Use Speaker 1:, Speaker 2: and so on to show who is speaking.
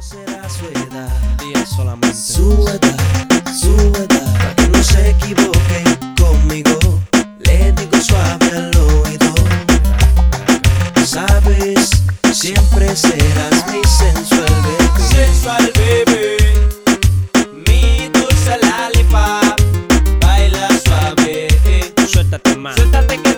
Speaker 1: será su edad.
Speaker 2: días solamente.
Speaker 1: Su edad, su edad. Para que no se equivoquen conmigo. Le digo suave al oído. Sabes, siempre serás mi sensual bebé.
Speaker 3: Sensual baby, mi dulce lollipop, baila suave.
Speaker 2: Suéltate más.
Speaker 3: Suéltate que